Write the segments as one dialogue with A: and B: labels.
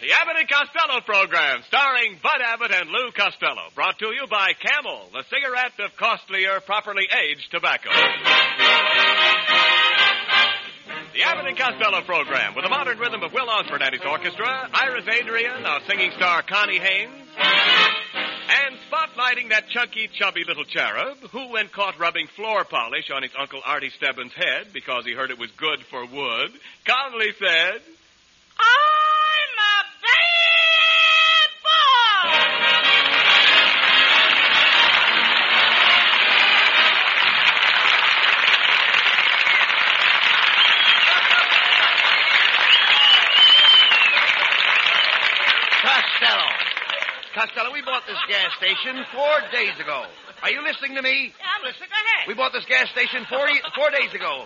A: The Abbott and Costello program, starring Bud Abbott and Lou Costello, brought to you by Camel, the cigarette of costlier, properly aged tobacco. The Abbott and Costello program, with the modern rhythm of Will Osborne and his orchestra, Iris Adrian, our singing star Connie Haynes, and spotlighting that chunky, chubby little cherub who went caught rubbing floor polish on his Uncle Artie Stebbins' head because he heard it was good for wood, calmly said, I'm a bad boy!
B: Costello. Costello, we bought this gas station four days ago. Are you listening to me?
A: I'm listening. Go ahead.
B: We bought this gas station four, ye- four days ago.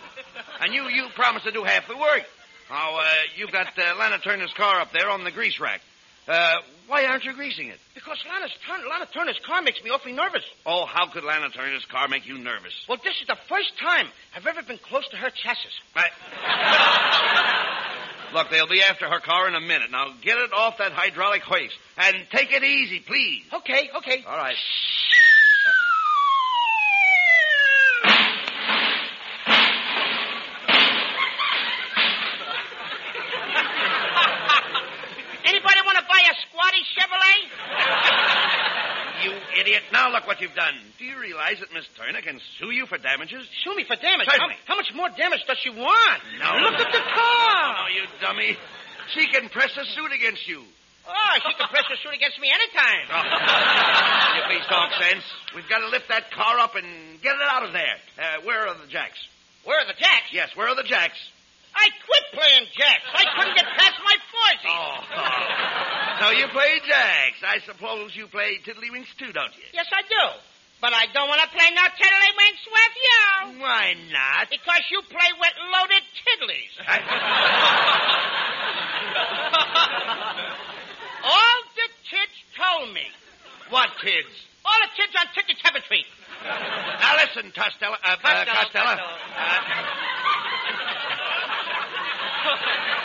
B: And you, you promised to do half the work. Now, uh, you've got uh, Lana Turner's car up there on the grease rack. Uh, why aren't you greasing it?
C: Because Lana, Turn- Lana Turner's car makes me awfully nervous.
B: Oh, how could Lana Turner's car make you nervous?
C: Well, this is the first time I've ever been close to her chassis.
B: I- Look, they'll be after her car in a minute. Now, get it off that hydraulic hoist. And take it easy, please.
C: Okay, okay.
B: All right.
C: Anybody want to buy a squatty Chevrolet?
B: You idiot. Now look what you've done. Do you realize that Miss Turner can sue you for damages?
C: Sue me for damage. How,
B: Certainly.
C: how much more damage does she want?
B: No.
C: Look at the
B: Oh,
C: car.
B: you dummy. She can press a suit against you.
C: Oh, she can press her suit against me anytime.
B: You please talk sense. We've got to lift that car up and get it out of there. Uh, where are the jacks?
C: Where are the jacks?
B: Yes, where are the jacks?
C: I quit playing jacks. I couldn't get past my fours.
B: Oh. so you play jacks. I suppose you play tiddlywinks too, don't you?
C: Yes, I do. But I don't want to play no tiddlywinks with you.
B: Why not?
C: Because you play with loaded tiddlies. All the kids told me.
B: what kids?
C: All the kids on Ticket Tree.
B: Now listen, Costello. Uh,
C: Costello,
B: uh, Costello.
C: Costello.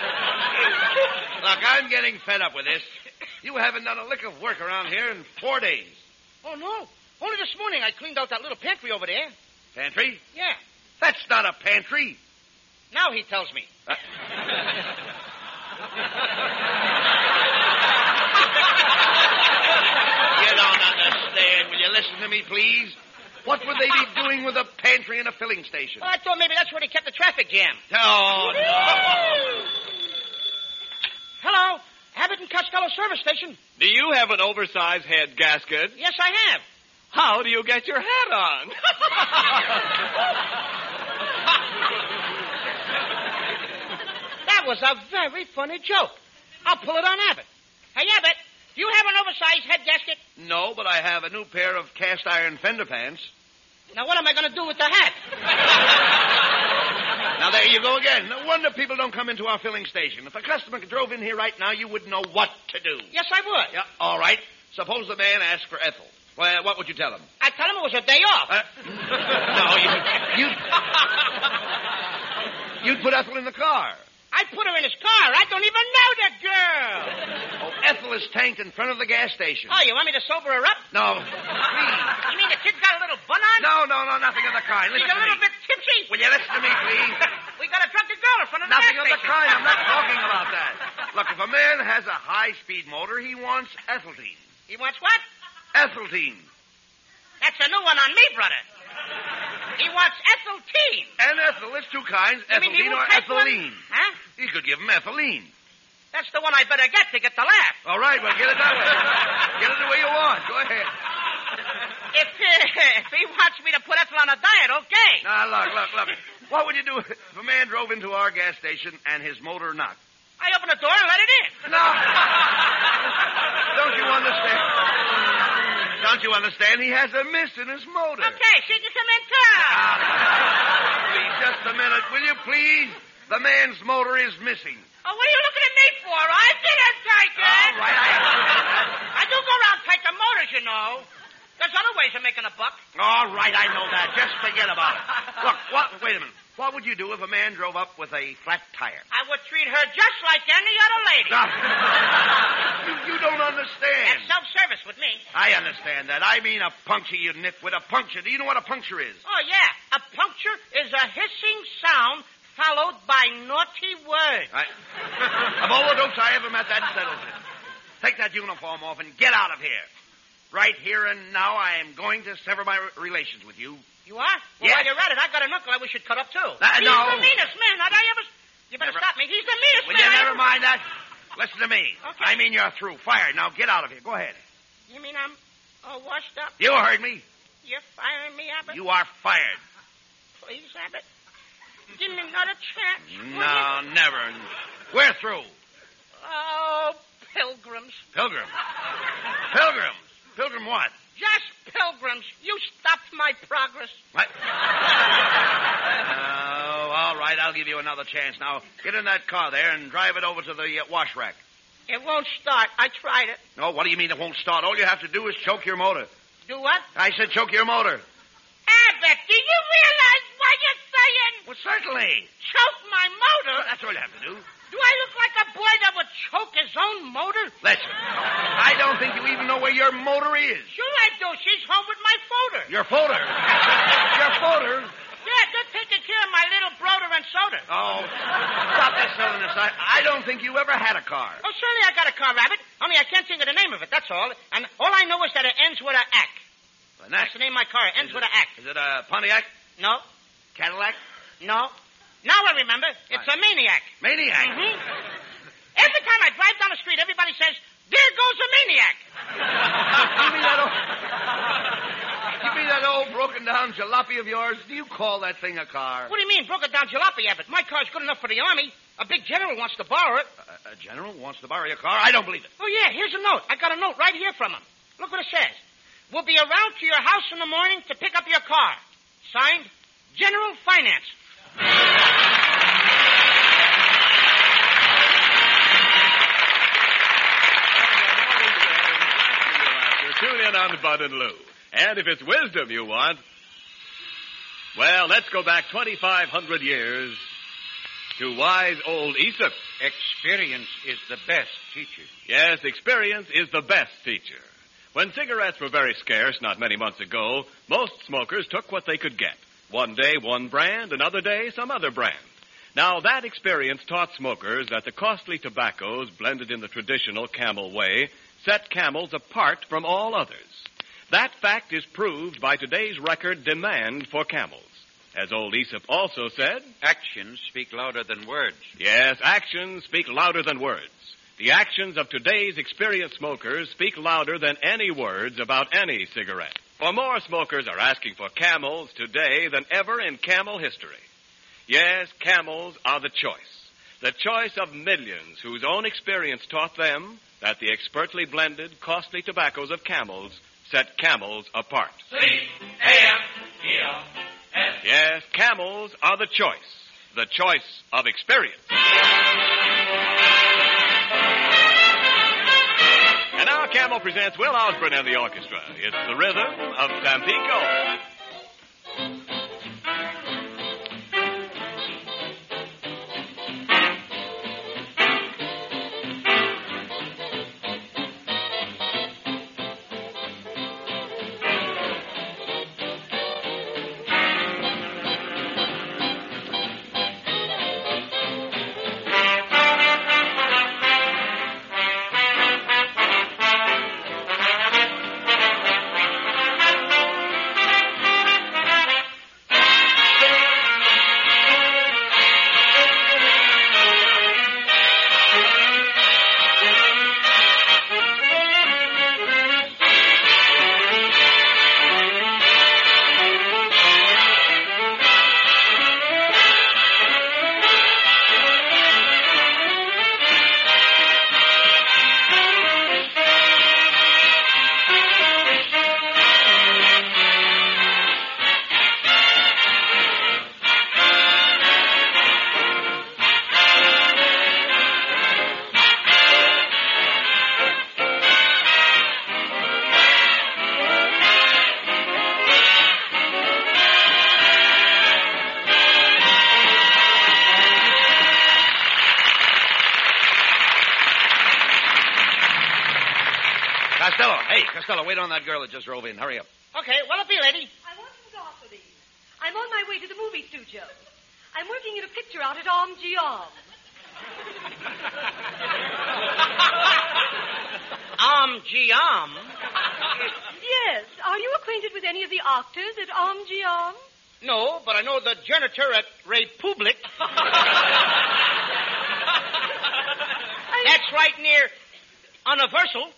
B: Uh, look, I'm getting fed up with this. You haven't done a lick of work around here in four days.
C: Oh, no. Only this morning I cleaned out that little pantry over there.
B: Pantry?
C: Yeah.
B: That's not a pantry.
C: Now he tells me.
B: You don't understand. Will you listen to me, please? What would they be doing with a pantry and a filling station?
C: Well, I thought maybe that's where they kept the traffic jam.
B: Oh, no.
C: Hello. Abbott and Costello Service Station.
A: Do you have an oversized head gasket?
C: Yes, I have.
A: How do you get your hat on?
C: That was a very funny joke. I'll pull it on Abbott. Hey, Abbott, do you have an oversized head gasket?
B: No, but I have a new pair of cast iron fender pants.
C: Now, what am I going to do with the hat?
B: Now, there you go again. No wonder people don't come into our filling station. If a customer drove in here right now, you wouldn't know what to do.
C: Yes, I would.
B: Yeah, all right. Suppose the man asked for Ethel. Well, what would you tell him?
C: I tell him it was a day off.
B: Uh, no, you, you, You'd put Ethel in the car.
C: I put her in his car. I don't even know the girl.
B: Oh, Ethel is tanked in front of the gas station.
C: Oh, you want me to sober her up?
B: No.
C: You mean the kid got a little bun on?
B: No, no, no, nothing of the kind.
C: She's
B: Listen
C: a
B: to
C: little
B: me.
C: bit tipsy.
B: Will you listen to me, please?
C: We got a drunken girl in front of the
B: Nothing
C: gas
B: of the
C: station.
B: kind. I'm not talking about that. Look, if a man has a high-speed motor, he wants ethylene.
C: He wants what?
B: Ethylene.
C: That's a new one on me, brother. He wants ethyl tea.
B: And ethyl. It's two kinds,
C: You mean he
B: ethylene or
C: won't take one?
B: ethylene.
C: Huh?
B: You could give him ethylene.
C: That's the one I better get to get the laugh.
B: All right, well, get it that way. Get it the way you want. Go ahead.
C: If, uh, if he wants me to put ethyl on a diet, okay.
B: Now, look, look, look. What would you do if a man drove into our gas station and his motor knocked?
C: I open the door and let it in.
B: No. Don't you understand? Don't you understand? He has a mist in his motor.
C: Okay, she gets him in
B: Ah.
C: town.
B: Please, just a minute, will you please? The man's motor is missing.
C: Oh, what are you looking at me for? I didn't take it.
B: All right, I...
C: I do go around taking motors, you know. There's other ways of making a buck.
B: All right, I know that. Just forget about it. Look, what, wait a minute. What would you do if a man drove up with a flat tire?
C: I would treat her just like any other lady.
B: Now, you, you don't understand.
C: That's self-service with me.
B: I understand that. I mean a puncture, you nitwit. A puncture. Do you know what a puncture is?
C: Oh, yeah. A puncture is a hissing sound followed by naughty words.
B: I, of all the dopes I ever met, that settles it. Take that uniform off and get out of here. Right here and now, I am going to sever my re- relations with you.
C: You are? Well,
B: Yes.
C: while you're at it, I got an uncle I wish you'd cut up, too.
B: Ah,
C: He's
B: no.
C: the meanest man that I ever... You better
B: Never-
C: stop me. He's the meanest
B: Will
C: man
B: you
C: I
B: never
C: ever...
B: mind that? Listen to me.
C: Okay.
B: I mean, you're through. Fired. Now get out of here. Go ahead.
C: You mean I'm all washed up?
B: You heard me.
C: You're firing me, Abbott?
B: You are fired.
C: Please, Abbott. Give me another chance. will you?
B: No, never. We're through.
C: Oh, pilgrims.
B: Pilgrim. Pilgrim. Pilgrim what?
C: Just pilgrims. You stopped my progress.
B: What? Oh, all right. I'll give you another chance. Now, get in that car there and drive it over to the uh, wash rack.
C: It won't start. I tried it.
B: No, what do you mean it won't start? All you have to do is choke your motor.
C: Do what?
B: I said choke your motor.
C: Abbott, do you realize what you're saying?
B: Well, certainly.
C: Choke my motor?
B: That's all you have to do.
C: Do I look like a boy that would choke his own motor?
B: Listen, I don't think you even know where your motor is.
C: Sure I do. She's home with my folder.
B: Your folder. your folder.
C: Yeah, they're taking care of my little brother and soda.
B: Oh, stop that silliness. I, I don't think you ever had a car.
C: Oh, surely I got a car, Rabbit. Only I can't think of the name of it, that's all. And all I know is that it ends with a ack.
B: Oh, The
C: That's the name of my car. It ends with a ack.
B: Is it a Pontiac?
C: No,
B: Cadillac?
C: no. Now I remember. It's a maniac.
B: Maniac?
C: Mhm. Every time I drive down the street, everybody says, there goes a maniac.
B: you mean that old... You mean that old broken-down jalopy of yours? Do you call that thing a car?
C: What do you mean, broke it down jalopy, Abbott? My car's good enough for the Army. A big general wants to borrow it.
B: A, a general wants to borrow your car? I don't believe it.
C: Oh, yeah, here's a note. I got a note right here from him. Look what it says. We'll be around to your house in the morning to pick up your car. Signed, General Finance.
A: Tune in on Bud and Lou. And if it's wisdom you want, well, let's go back 2,500 years to wise old Aesop.
B: Experience is the best teacher.
A: Yes, experience is the best teacher. When cigarettes were very scarce not many months ago, most smokers took what they could get. One day one brand, another day some other brand. Now that experience taught smokers that the costly tobaccos blended in the traditional camel way set camels apart from all others. That fact is proved by today's record demand for camels. As old Aesop also said,
B: Actions speak louder than words.
A: Yes, actions speak louder than words. The actions of today's experienced smokers speak louder than any words about any cigarette. For more smokers are asking for camels today than ever in camel history. Yes, camels are the choice. The choice of millions whose own experience taught them that the expertly blended, costly tobaccos of camels set camels apart. Yes, camels are the choice. The choice of experience. And now Camel presents Will Osborne and the orchestra. It's the rhythm of Tampico.
B: Costello, hey, Costello, wait on that girl that just rove in. Hurry up.
C: Okay, well it be, lady.
D: I want some gossiping. I'm on my way to the movie studio. I'm working in a picture out at Om Geom.
C: Um, gee, um.
D: Yes. Are you acquainted with any of the actors at Om Geom?
C: No, but I know the janitor at Ray Public. That's right near Universal.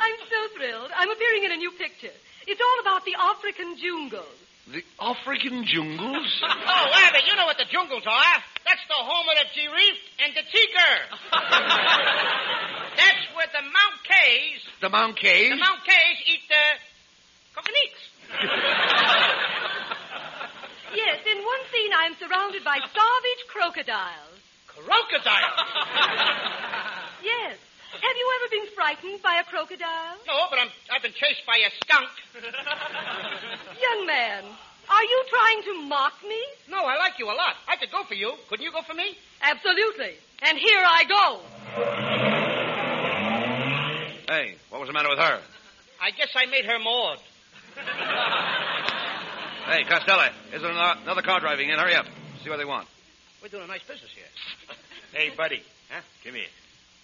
D: I'm so thrilled. I'm appearing in a new picture. It's all about the African jungles.
B: The African jungles?
C: Oh, Abby, you know what the jungles are. That's the home of the giraffe and the tiger. That's where the Mount Kays,
B: the Mount Kay?
C: the Mount Kays eat the coconuts.
D: Yes, in one scene I am surrounded by savage crocodiles.
C: Crocodiles.
D: Yes. Have you ever been frightened by a crocodile?
C: No, but I'm, I've been chased by a skunk.
D: Young man, are you trying to mock me?
C: No, I like you a lot. I could go for you. Couldn't you go for me?
D: Absolutely. And here I go.
B: Hey, what was the matter with her?
C: I guess I made her Maud.
B: Hey, Costello, is there ano- another car driving in? Hurry up. See what they want.
C: We're doing a nice business here.
E: Hey, buddy.
C: Huh?
E: Come here.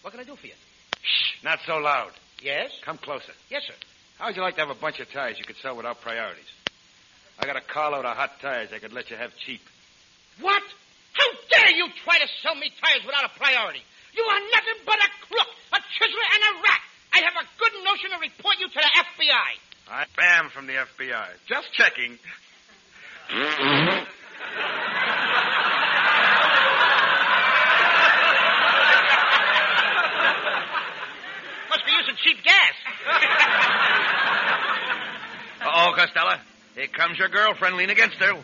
C: What can I do for you?
E: Shh, not so loud.
C: Yes?
E: Come closer.
C: Yes, sir.
E: How would you like to have a bunch of tires you could sell without priorities? I got a carload of hot tires I could let you have cheap.
C: What? How dare you try to sell me tires without a priority? You are nothing but a crook, a chiseler, and a rat. I have a good notion to report you to the FBI.
E: I bam from the FBI. Just checking.
C: Must be using cheap gas.
B: Uh-oh, Oh, Costello. Here comes your girlfriend. Lean against her.
D: Abbott,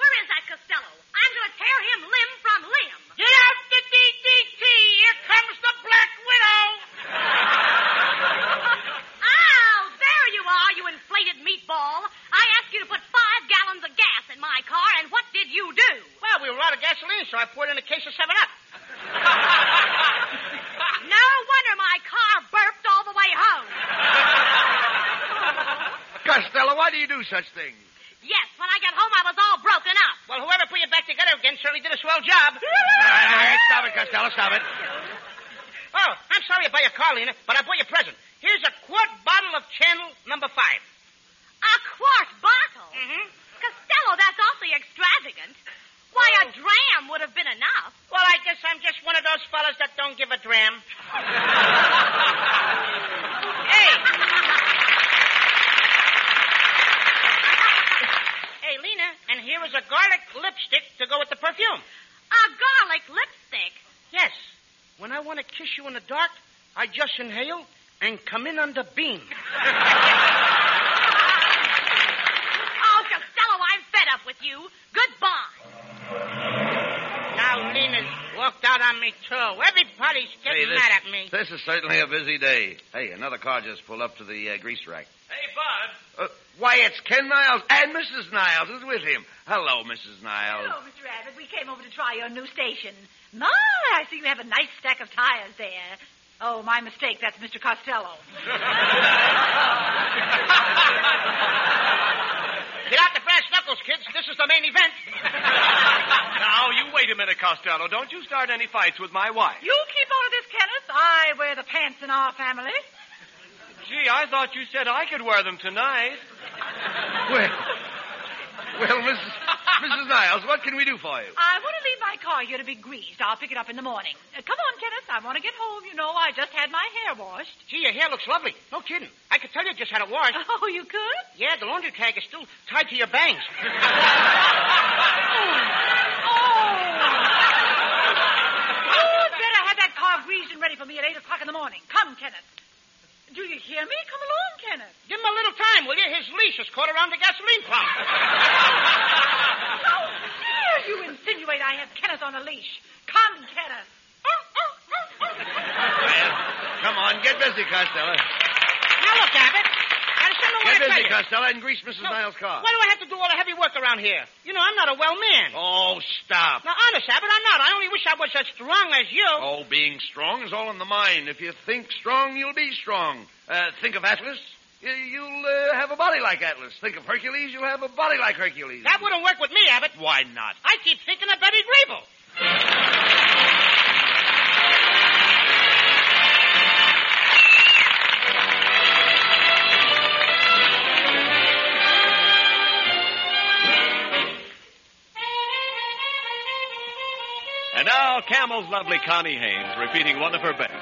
D: where is that Costello? I'm going to tear him limb from limb.
C: Get out the DDT. Here comes the Black Widow.
D: Ow, Oh, there you are, you inflated meatball. I asked you to put five gallons of gas in my car, and what did you do?
C: Well, we were out of gasoline, so I poured in a case of 7-Up.
D: No wonder my car burped all the way home.
B: Costello, why do you do such things?
D: Yes, when I got home, I was all broken up.
C: Well, whoever put you back together again certainly did a swell job. Ah,
B: All right, all right, stop it, Costello, stop it.
C: Oh, I'm sorry about your car, Lena, but I bought you a present. Here's a quart bottle of Channel Number 5.
D: A quart bottle?
C: Mhm.
D: Costello, that's awfully extravagant. Why, a dram would have been enough.
C: Oh. Well, I guess I'm just one of those fellas that don't give a dram. hey. hey, Lena, and here is a garlic lipstick to go with the perfume.
D: A garlic lipstick?
C: Yes. When I want to kiss you in the dark, I just inhale and come in under beam.
D: Oh, Costello, I'm fed up with you. Goodbye.
C: Now Lena's walked out on me, too. Everybody's
B: Hey,
C: getting
B: this-
C: mad at me.
B: This is certainly a busy day. Hey, another car just pulled up to the uh, grease rack.
E: Hey, Bud.
B: Uh, why, it's Ken Niles and Mrs. Niles is with him. Hello, Mrs. Niles.
D: Mr. Abbott. We came over to try your new station. My, I see you have a nice stack of tires there. Oh, my mistake. That's Mr. Costello.
C: Get out the brass knuckles, kids. This is the main event.
A: Now, you wait a minute, Costello. Don't you start any fights with my wife.
D: You keep on of this, Kenneth. I wear the pants in our family.
A: Gee, I thought you said I could wear them tonight.
B: Well, well, Mrs. Mrs. Niles, what can we do for you?
D: I want to leave my car here to be greased. I'll pick it up in the morning. Uh, come on, Kenneth. I want to get home. You know, I just had my hair washed.
C: Gee, your hair looks lovely. No kidding. I could tell you just had a wash.
D: Oh, you could?
C: Yeah, the laundry tag is still tied to your bangs.
D: You'd Oh, better have that car greased and ready for me at 8 o'clock in the morning. Come, Kenneth. Do you hear me? Come along, Kenneth.
C: Give him a little time, will you? His leash is caught around the gasoline pump.
D: How dare you insinuate I have Kenneth on a leash? Come, Kenneth.
B: Well, come on, get busy, Costello.
C: Now look, Abbott. Now, to set know what
B: Get
C: I
B: busy,
C: tell you.
B: Costello, and grease Mrs.
C: No,
B: Niles' car.
C: Why do I have to do all the heavy work around here? You know, I'm not a well man.
B: Oh, stop.
C: Now, honest, Abbott, I'm not. I only wish I was as strong as you.
B: Oh, being strong is all in the mind. If you think strong, you'll be strong. Uh, think of Atlas. y- You'll uh, have a body like Atlas. Think of Hercules. You'll have a body like Hercules.
C: That wouldn't work with me, Abbott.
B: Why not?
C: I keep thinking of Betty Grable.
A: And now, Camel's lovely Connie Haynes repeating one of her best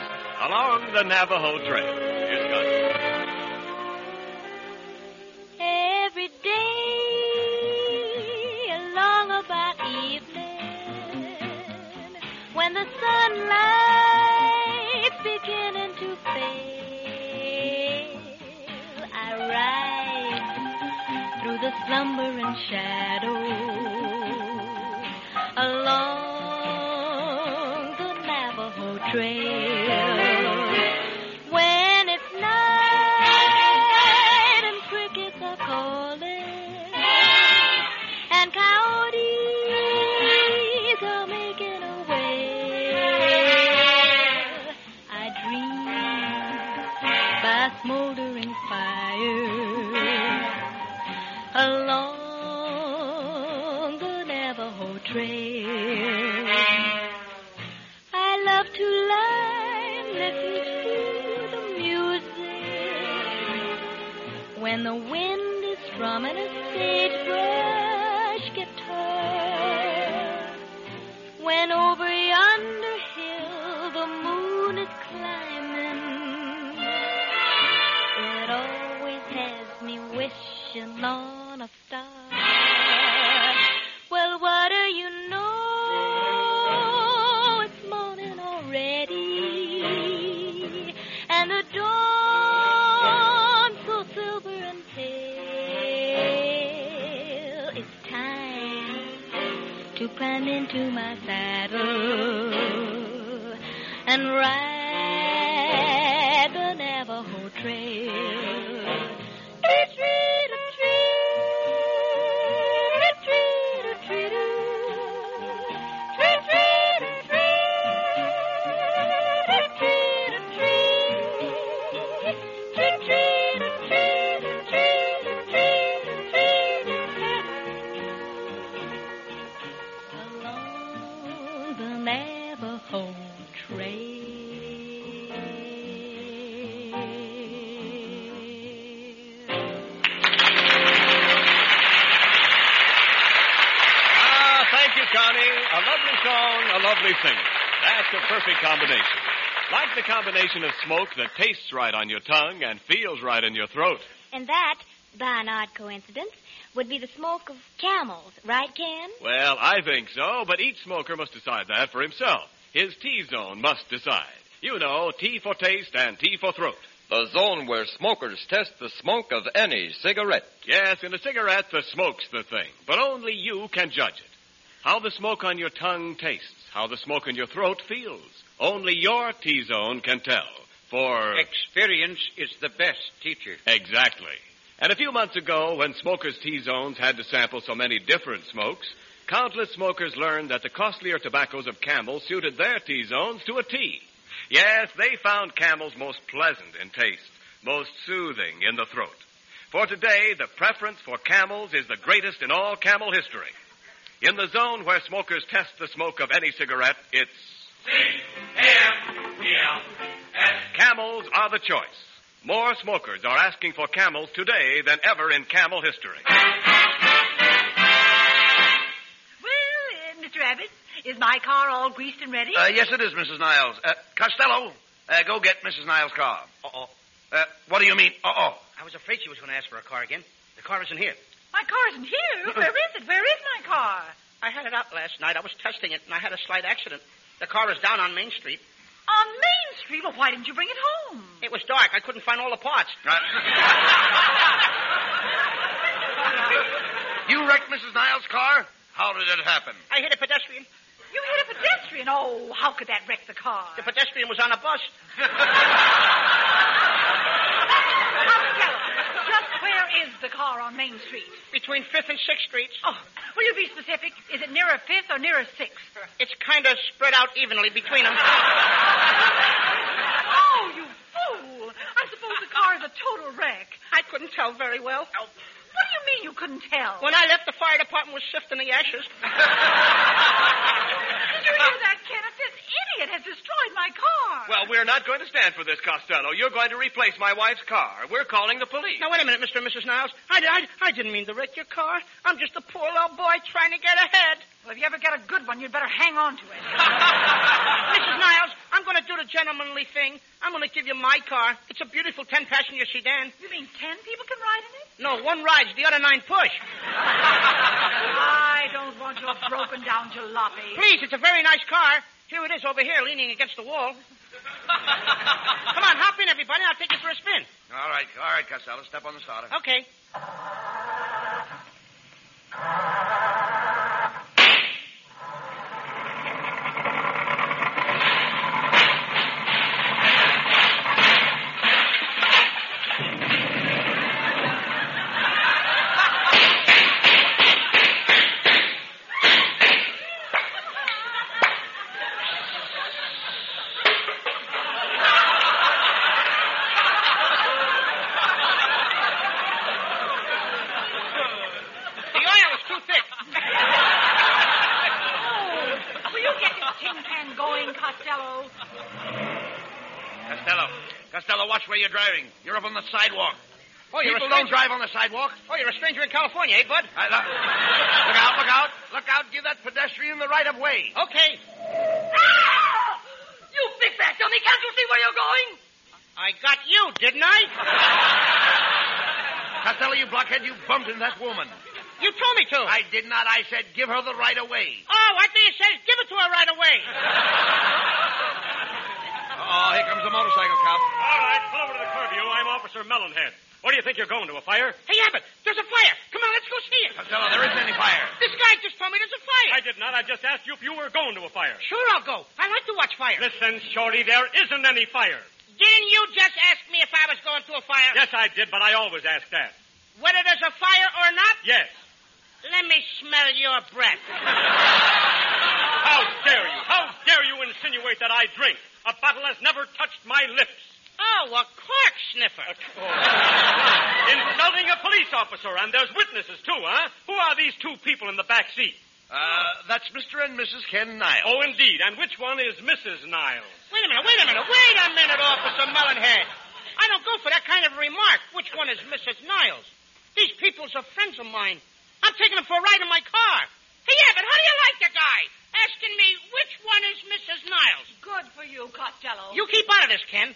A: along the Navajo Trail. Here's Connie.
F: Every day, along about evening, when the sunlight's beginning to fail, I ride through the slumbering shadows along the Navajo Trail. When it's night and crickets are calling and coyotes are making a wail, I dream by smoldering fires along the Navajo Trail. I love to lie and listen to the music when the wind is strumming a sagebrush guitar. When over yonder hill the moon is climbing, it always has me wishing on a star. Well, what do you know? It's morning already, and the dawn so silver and pale. It's time to climb into my saddle and ride the Navajo Trail. Along the Navajo Trail.
A: Ah, thank you, Connie. A lovely song, a lovely singer. That's a perfect combination. Like the combination of smoke that tastes right on your tongue and feels right in your throat.
F: And that, by an odd coincidence, would be the smoke of camels, right, Ken?
A: Well, I think so, but each smoker must decide that for himself. His T zone must decide. You know, T for taste and T for throat.
G: The zone where smokers test the smoke of any cigarette.
A: Yes, in a cigarette, the smoke's the thing, but only you can judge it. How the smoke on your tongue tastes, how the smoke in your throat feels. Only your T zone can tell. For.
B: Experience is the best teacher.
A: Exactly. And a few months ago, when smokers' T zones had to sample so many different smokes, countless smokers learned that the costlier tobaccos of camel suited their T zones to a T. Yes, they found camels most pleasant in taste, most soothing in the throat. For today, the preference for camels is the greatest in all camel history. In the zone where smokers test the smoke of any cigarette, it's. Camels are the choice. More smokers are asking for camels today than ever in camel history.
D: Well, uh, Mr. Abbott, is my car all greased and ready?
B: Uh, yes, it is, Mrs. Niles. Uh, Costello, uh, go get Mrs. Niles' car.
C: Uh-oh.
B: Uh, what do you mean? Uh-oh.
C: I was afraid she was going to ask for a car again. The car isn't here.
D: my car isn't here. Where is it? Where is my car?
C: I had it out last night. I was testing it, and I had a slight accident. The car is down on Main Street.
D: On Main Street. Well, why didn't you bring it home?
C: It was dark. I couldn't find all the parts.
B: Uh, you wrecked Mrs. Niles' car? How did it happen?
C: I hit a pedestrian.
D: You hit a pedestrian. Oh, how could that wreck the car?
C: The pedestrian was on a bus.
D: Costello, just where is the car on Main Street?
C: Between 5th and 6th Streets.
D: Oh, will you be specific? Is it nearer 5th or nearer 6th?
C: It's kind of spread out evenly between them.
D: oh, you fool! I suppose the car is a total wreck. Oh,
C: I couldn't tell very well.
D: What do you mean you couldn't tell?
C: When I left, the fire department was sifting the ashes.
D: Did you hear that, Kenneth? This idiot has destroyed my car.
E: Well, we're not going to stand for this, Costello. You're going to replace my wife's car. We're calling the police.
C: Now, wait a minute, Mr. and Mrs. Niles. I, I, I didn't mean to wreck your car. I'm just a poor little boy trying to get ahead.
D: Well, if you ever get a good one, you'd better hang on to it.
C: Mrs. Niles, I'm going to do the gentlemanly thing. I'm going to give you my car. It's a beautiful 10 passenger sedan.
D: You mean ten people can ride in it?
C: No, one rides, the other nine push.
D: I don't want your broken down jalopy.
C: Please, it's a very nice car. Here it is over here, leaning against the wall. Come on, hop in, everybody. I'll take you for a spin.
B: All right, all right, Costello. Step on the starter.
C: Okay. The oil is too thick.
D: Will you get this tin can going, Costello?
B: Costello. Costello, watch where you're driving. You're up on the sidewalk.
C: Oh, you're a
B: People
C: stranger.
B: don't drive on the sidewalk.
C: Oh, you're a stranger in California, eh, bud?
B: I, look, look out, look out. Look out. Give that pedestrian the right of way.
C: Okay.
D: Ah! You big fat dummy, can't you see where you're going?
C: I got you, didn't I?
B: Costello, you blockhead, you bumped into that woman.
C: You told me to.
B: I did not. I said give her the right of way.
C: Oh, I think it says give it to her right away.
B: Oh, here comes the motorcycle cop.
E: All right, pull over to the curb, you. I'm Officer Mellonhead. Where do you think you're going to a fire?
C: Hey, Abbott, there's a fire. Come on, let's go see it.
B: Costello, there isn't any fire.
C: This guy just told me there's a fire.
E: I did not. I just asked you if you were going to a fire.
C: Sure, I'll go. I like to watch fire.
E: Listen, Shorty, there isn't any fire.
C: Didn't you just ask me if I was going to a fire?
E: Yes, I did, but I always ask that.
C: Whether there's a fire or not?
E: Yes.
C: Let me smell your breath.
E: How dare you? How dare you insinuate that I drink? A bottle has never touched my lips.
C: Oh, a cork sniffer.
E: Insulting a police officer, and there's witnesses too, huh? Who are these two people in the back seat?
B: Uh, that's Mr. and Mrs. Ken Niles.
E: Oh, indeed. And which one is Mrs. Niles?
C: Wait a minute, wait a minute, wait a minute, Officer Mullenhead. I don't go for that kind of remark. Which one is Mrs. Niles? These people's are friends of mine. I'm taking them for a ride in my car. Hey, Abbott, how do you like the guy? Asking me which one is Mrs. Niles.
D: Good for you, Costello.
C: You keep out of this, Ken.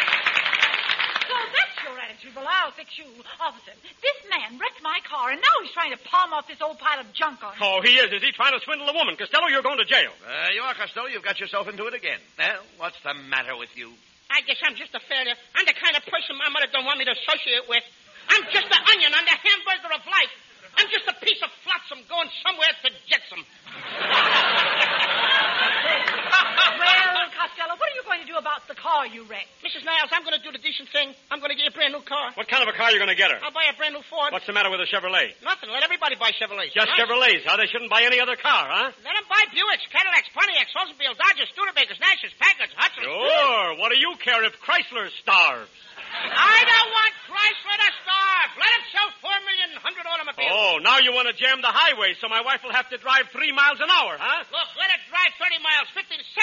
D: So that's your attitude. Well, I'll fix you. Officer, this man wrecked my car, and now he's trying to palm off this old pile of junk on me.
E: Oh, he is. Is he trying to swindle a woman? Costello, you're going to jail.
B: There you are, Costello. You've got yourself into it again. Well, what's the matter with you?
C: I guess I'm just a failure. I'm the kind of person my mother don't want me to associate with. I'm just an onion on the hamburger of life. I'm just a piece of flotsam going somewhere to jetsam.
D: Well, Costello, what are you going to do about the car you wrecked?
C: Mrs. Niles, I'm going to do the decent thing. I'm going to get you a brand new car.
E: What kind of a car are you going to get her?
C: I'll buy a brand new Ford.
E: What's the matter with a Chevrolet?
C: Nothing. Let everybody buy Chevrolets.
E: Just
C: Nice.
E: Chevrolets, huh? They shouldn't buy any other car, huh?
C: Let them buy Buicks, Cadillacs, Pontiacs, Oldsmobiles, Dodges, Studebakers, Nashes, Packards, Hudsons.
E: Sure. What do you care if Chrysler starves?
C: I don't want Chrysler to starve. Let them sell four million hundred automobiles.
E: Oh, now you want to jam the highway so my wife will have to drive three miles an hour, huh?
C: Look, let it drive 30 miles, 50, 70, 80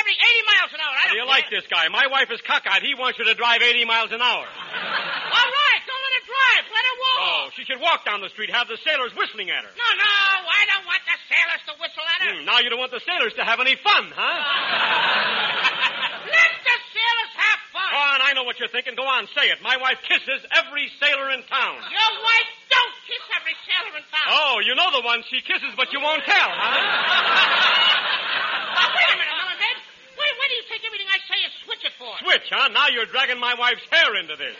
C: miles an hour.
E: How
C: I
E: do
C: don't
E: you
C: care.
E: like this guy? My wife is cockeyed. He wants you to drive 80 miles an hour.
C: Oh. All right, don't let it drive. Let it walk.
E: Oh, she should walk down the street, have the sailors whistling at her.
C: No, no, I don't want the sailors to whistle at her.
E: Hmm, now you don't want the sailors to have any fun, huh?
C: Let the sailors have fun.
E: Go on, I know what you're thinking. Go on, say it. My wife kisses every sailor in town.
C: Your wife don't kiss every sailor in town.
E: Oh, you know the one she kisses, but you won't tell, huh?
C: Wait a minute, Mullenhead. Wait, why do you take everything I say and switch it for?
E: Switch, huh? Now you're dragging my wife's hair into this.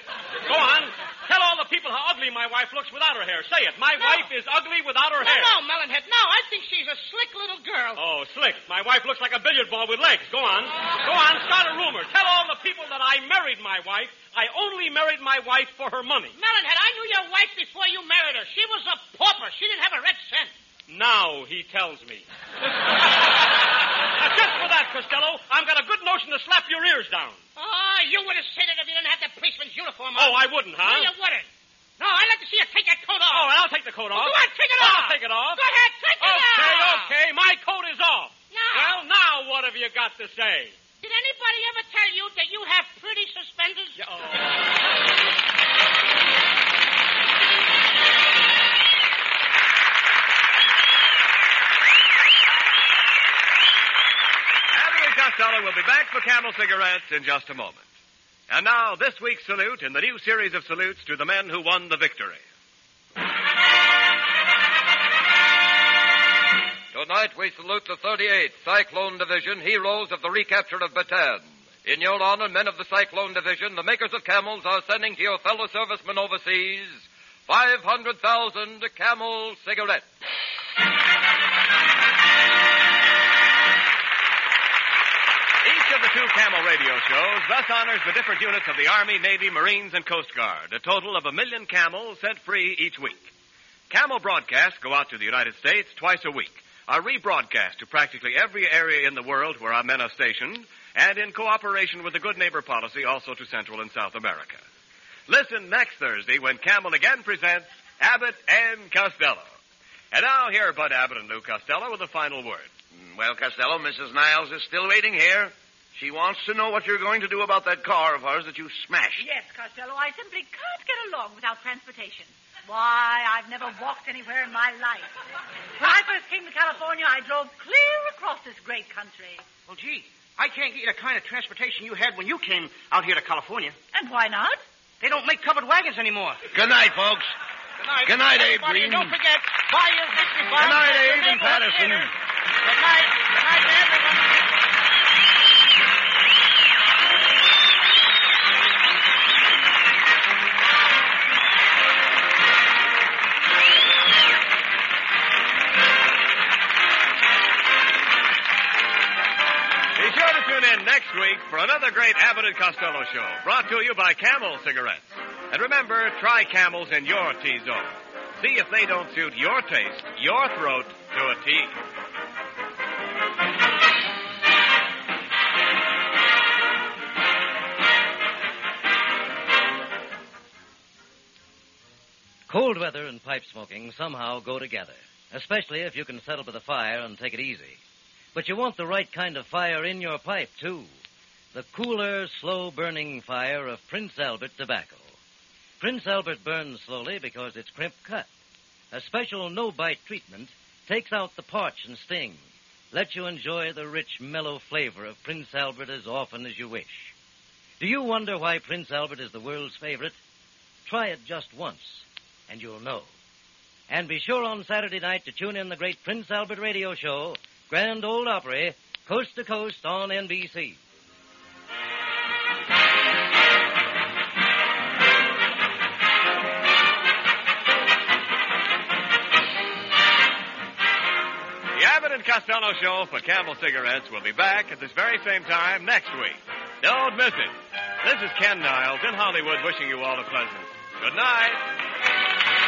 E: Go on.
A: Tell all the people how ugly my wife looks without her hair. Say it. My
C: No.
A: wife is ugly without her
C: no,
A: hair.
C: no, Melonhead. No, I think she's a slick little girl.
A: Oh, slick. My wife looks like a billiard ball with legs. Go on. Go on. Start a rumor. Tell all the people that I married my wife. I only married my wife for her money.
C: Melonhead, I knew your wife before you married her. She was a pauper. She didn't have a red cent.
A: Now he tells me. now, just for that, Costello, I've got a good notion to slap your ears down.
C: Oh, you would have said it if you didn't have that policeman's uniform on.
A: Oh, I wouldn't, huh?
C: No, you wouldn't. No, I'd like to see you take that coat off.
A: Oh, I'll take the coat off.
C: Go on, take it off.
A: I'll take it off.
C: Go ahead, take it off. Ah.
A: Okay, okay. My coat is off.
C: Now.
A: Well, now what have you got to say?
C: Did anybody ever tell you that you have pretty suspenders?
A: Abbott
B: and
A: Costello will be back
B: for
A: Camel Cigarettes in just a moment. And now, this week's salute in the new series of salutes to the men who won the victory.
G: Tonight we salute the 38th Cyclone Division, heroes of the recapture of Bataan. In your honor, men of the Cyclone Division, the makers of camels are sending to your fellow servicemen overseas 500,000 camel cigarettes.
A: Each of the two Camel radio shows thus honors the different units of the Army, Navy, Marines, and Coast Guard, a total of a million camels set free each week. Camel broadcasts go out to the United States twice a week, are rebroadcast to practically every area in the world where our men are stationed, and in cooperation with the Good Neighbor Policy also to Central and South America. Listen next Thursday when Camel again presents Abbott and Costello. And now here are Bud Abbott and Lou Costello with the final word.
B: Mm, Well, Costello, Mrs. Niles is still waiting here. She wants to know what you're going to do about that car of hers that you smashed.
D: Yes, Costello, I simply can't get along without transportation. Why, I've never walked anywhere in my life. When I first came to California, I drove clear across this great country.
C: Well, gee, I can't get you the kind of transportation you had when you came out here to California.
D: And why not?
C: They don't make covered wagons anymore.
B: Good night, folks.
C: Good night.
B: Good night, Abe
C: Everybody,
B: Green.
C: Don't forget, buy your victory
B: Good
C: bonds
B: night,
C: at your
B: Abe and
C: neighborhood
B: Patterson.
C: theater. Good night. Good night to everyone.
A: Be sure to tune in next week for another great Abbott and Costello show brought to you by Camel Cigarettes. And remember, try Camels in your T-zone. See if they don't suit your taste, your throat, to a T.
H: Cold weather and pipe smoking somehow go together, especially if you can settle by the fire and take it easy. But you want the right kind of fire in your pipe, too. The cooler, slow burning fire of Prince Albert tobacco. Prince Albert burns slowly because it's crimp cut. A special no bite treatment takes out the parch and sting, lets you enjoy the rich, mellow flavor of Prince Albert as often as you wish. Do you wonder why Prince Albert is the world's favorite? Try it just once and you'll know. And be sure on Saturday night to tune in the great Prince Albert radio show, Grand Old Opry, coast to coast on NBC.
A: The Abbott and Costello show for Camel Cigarettes will be back at this very same time next week. Don't miss it. This is Ken Niles in Hollywood wishing you all a pleasant good night.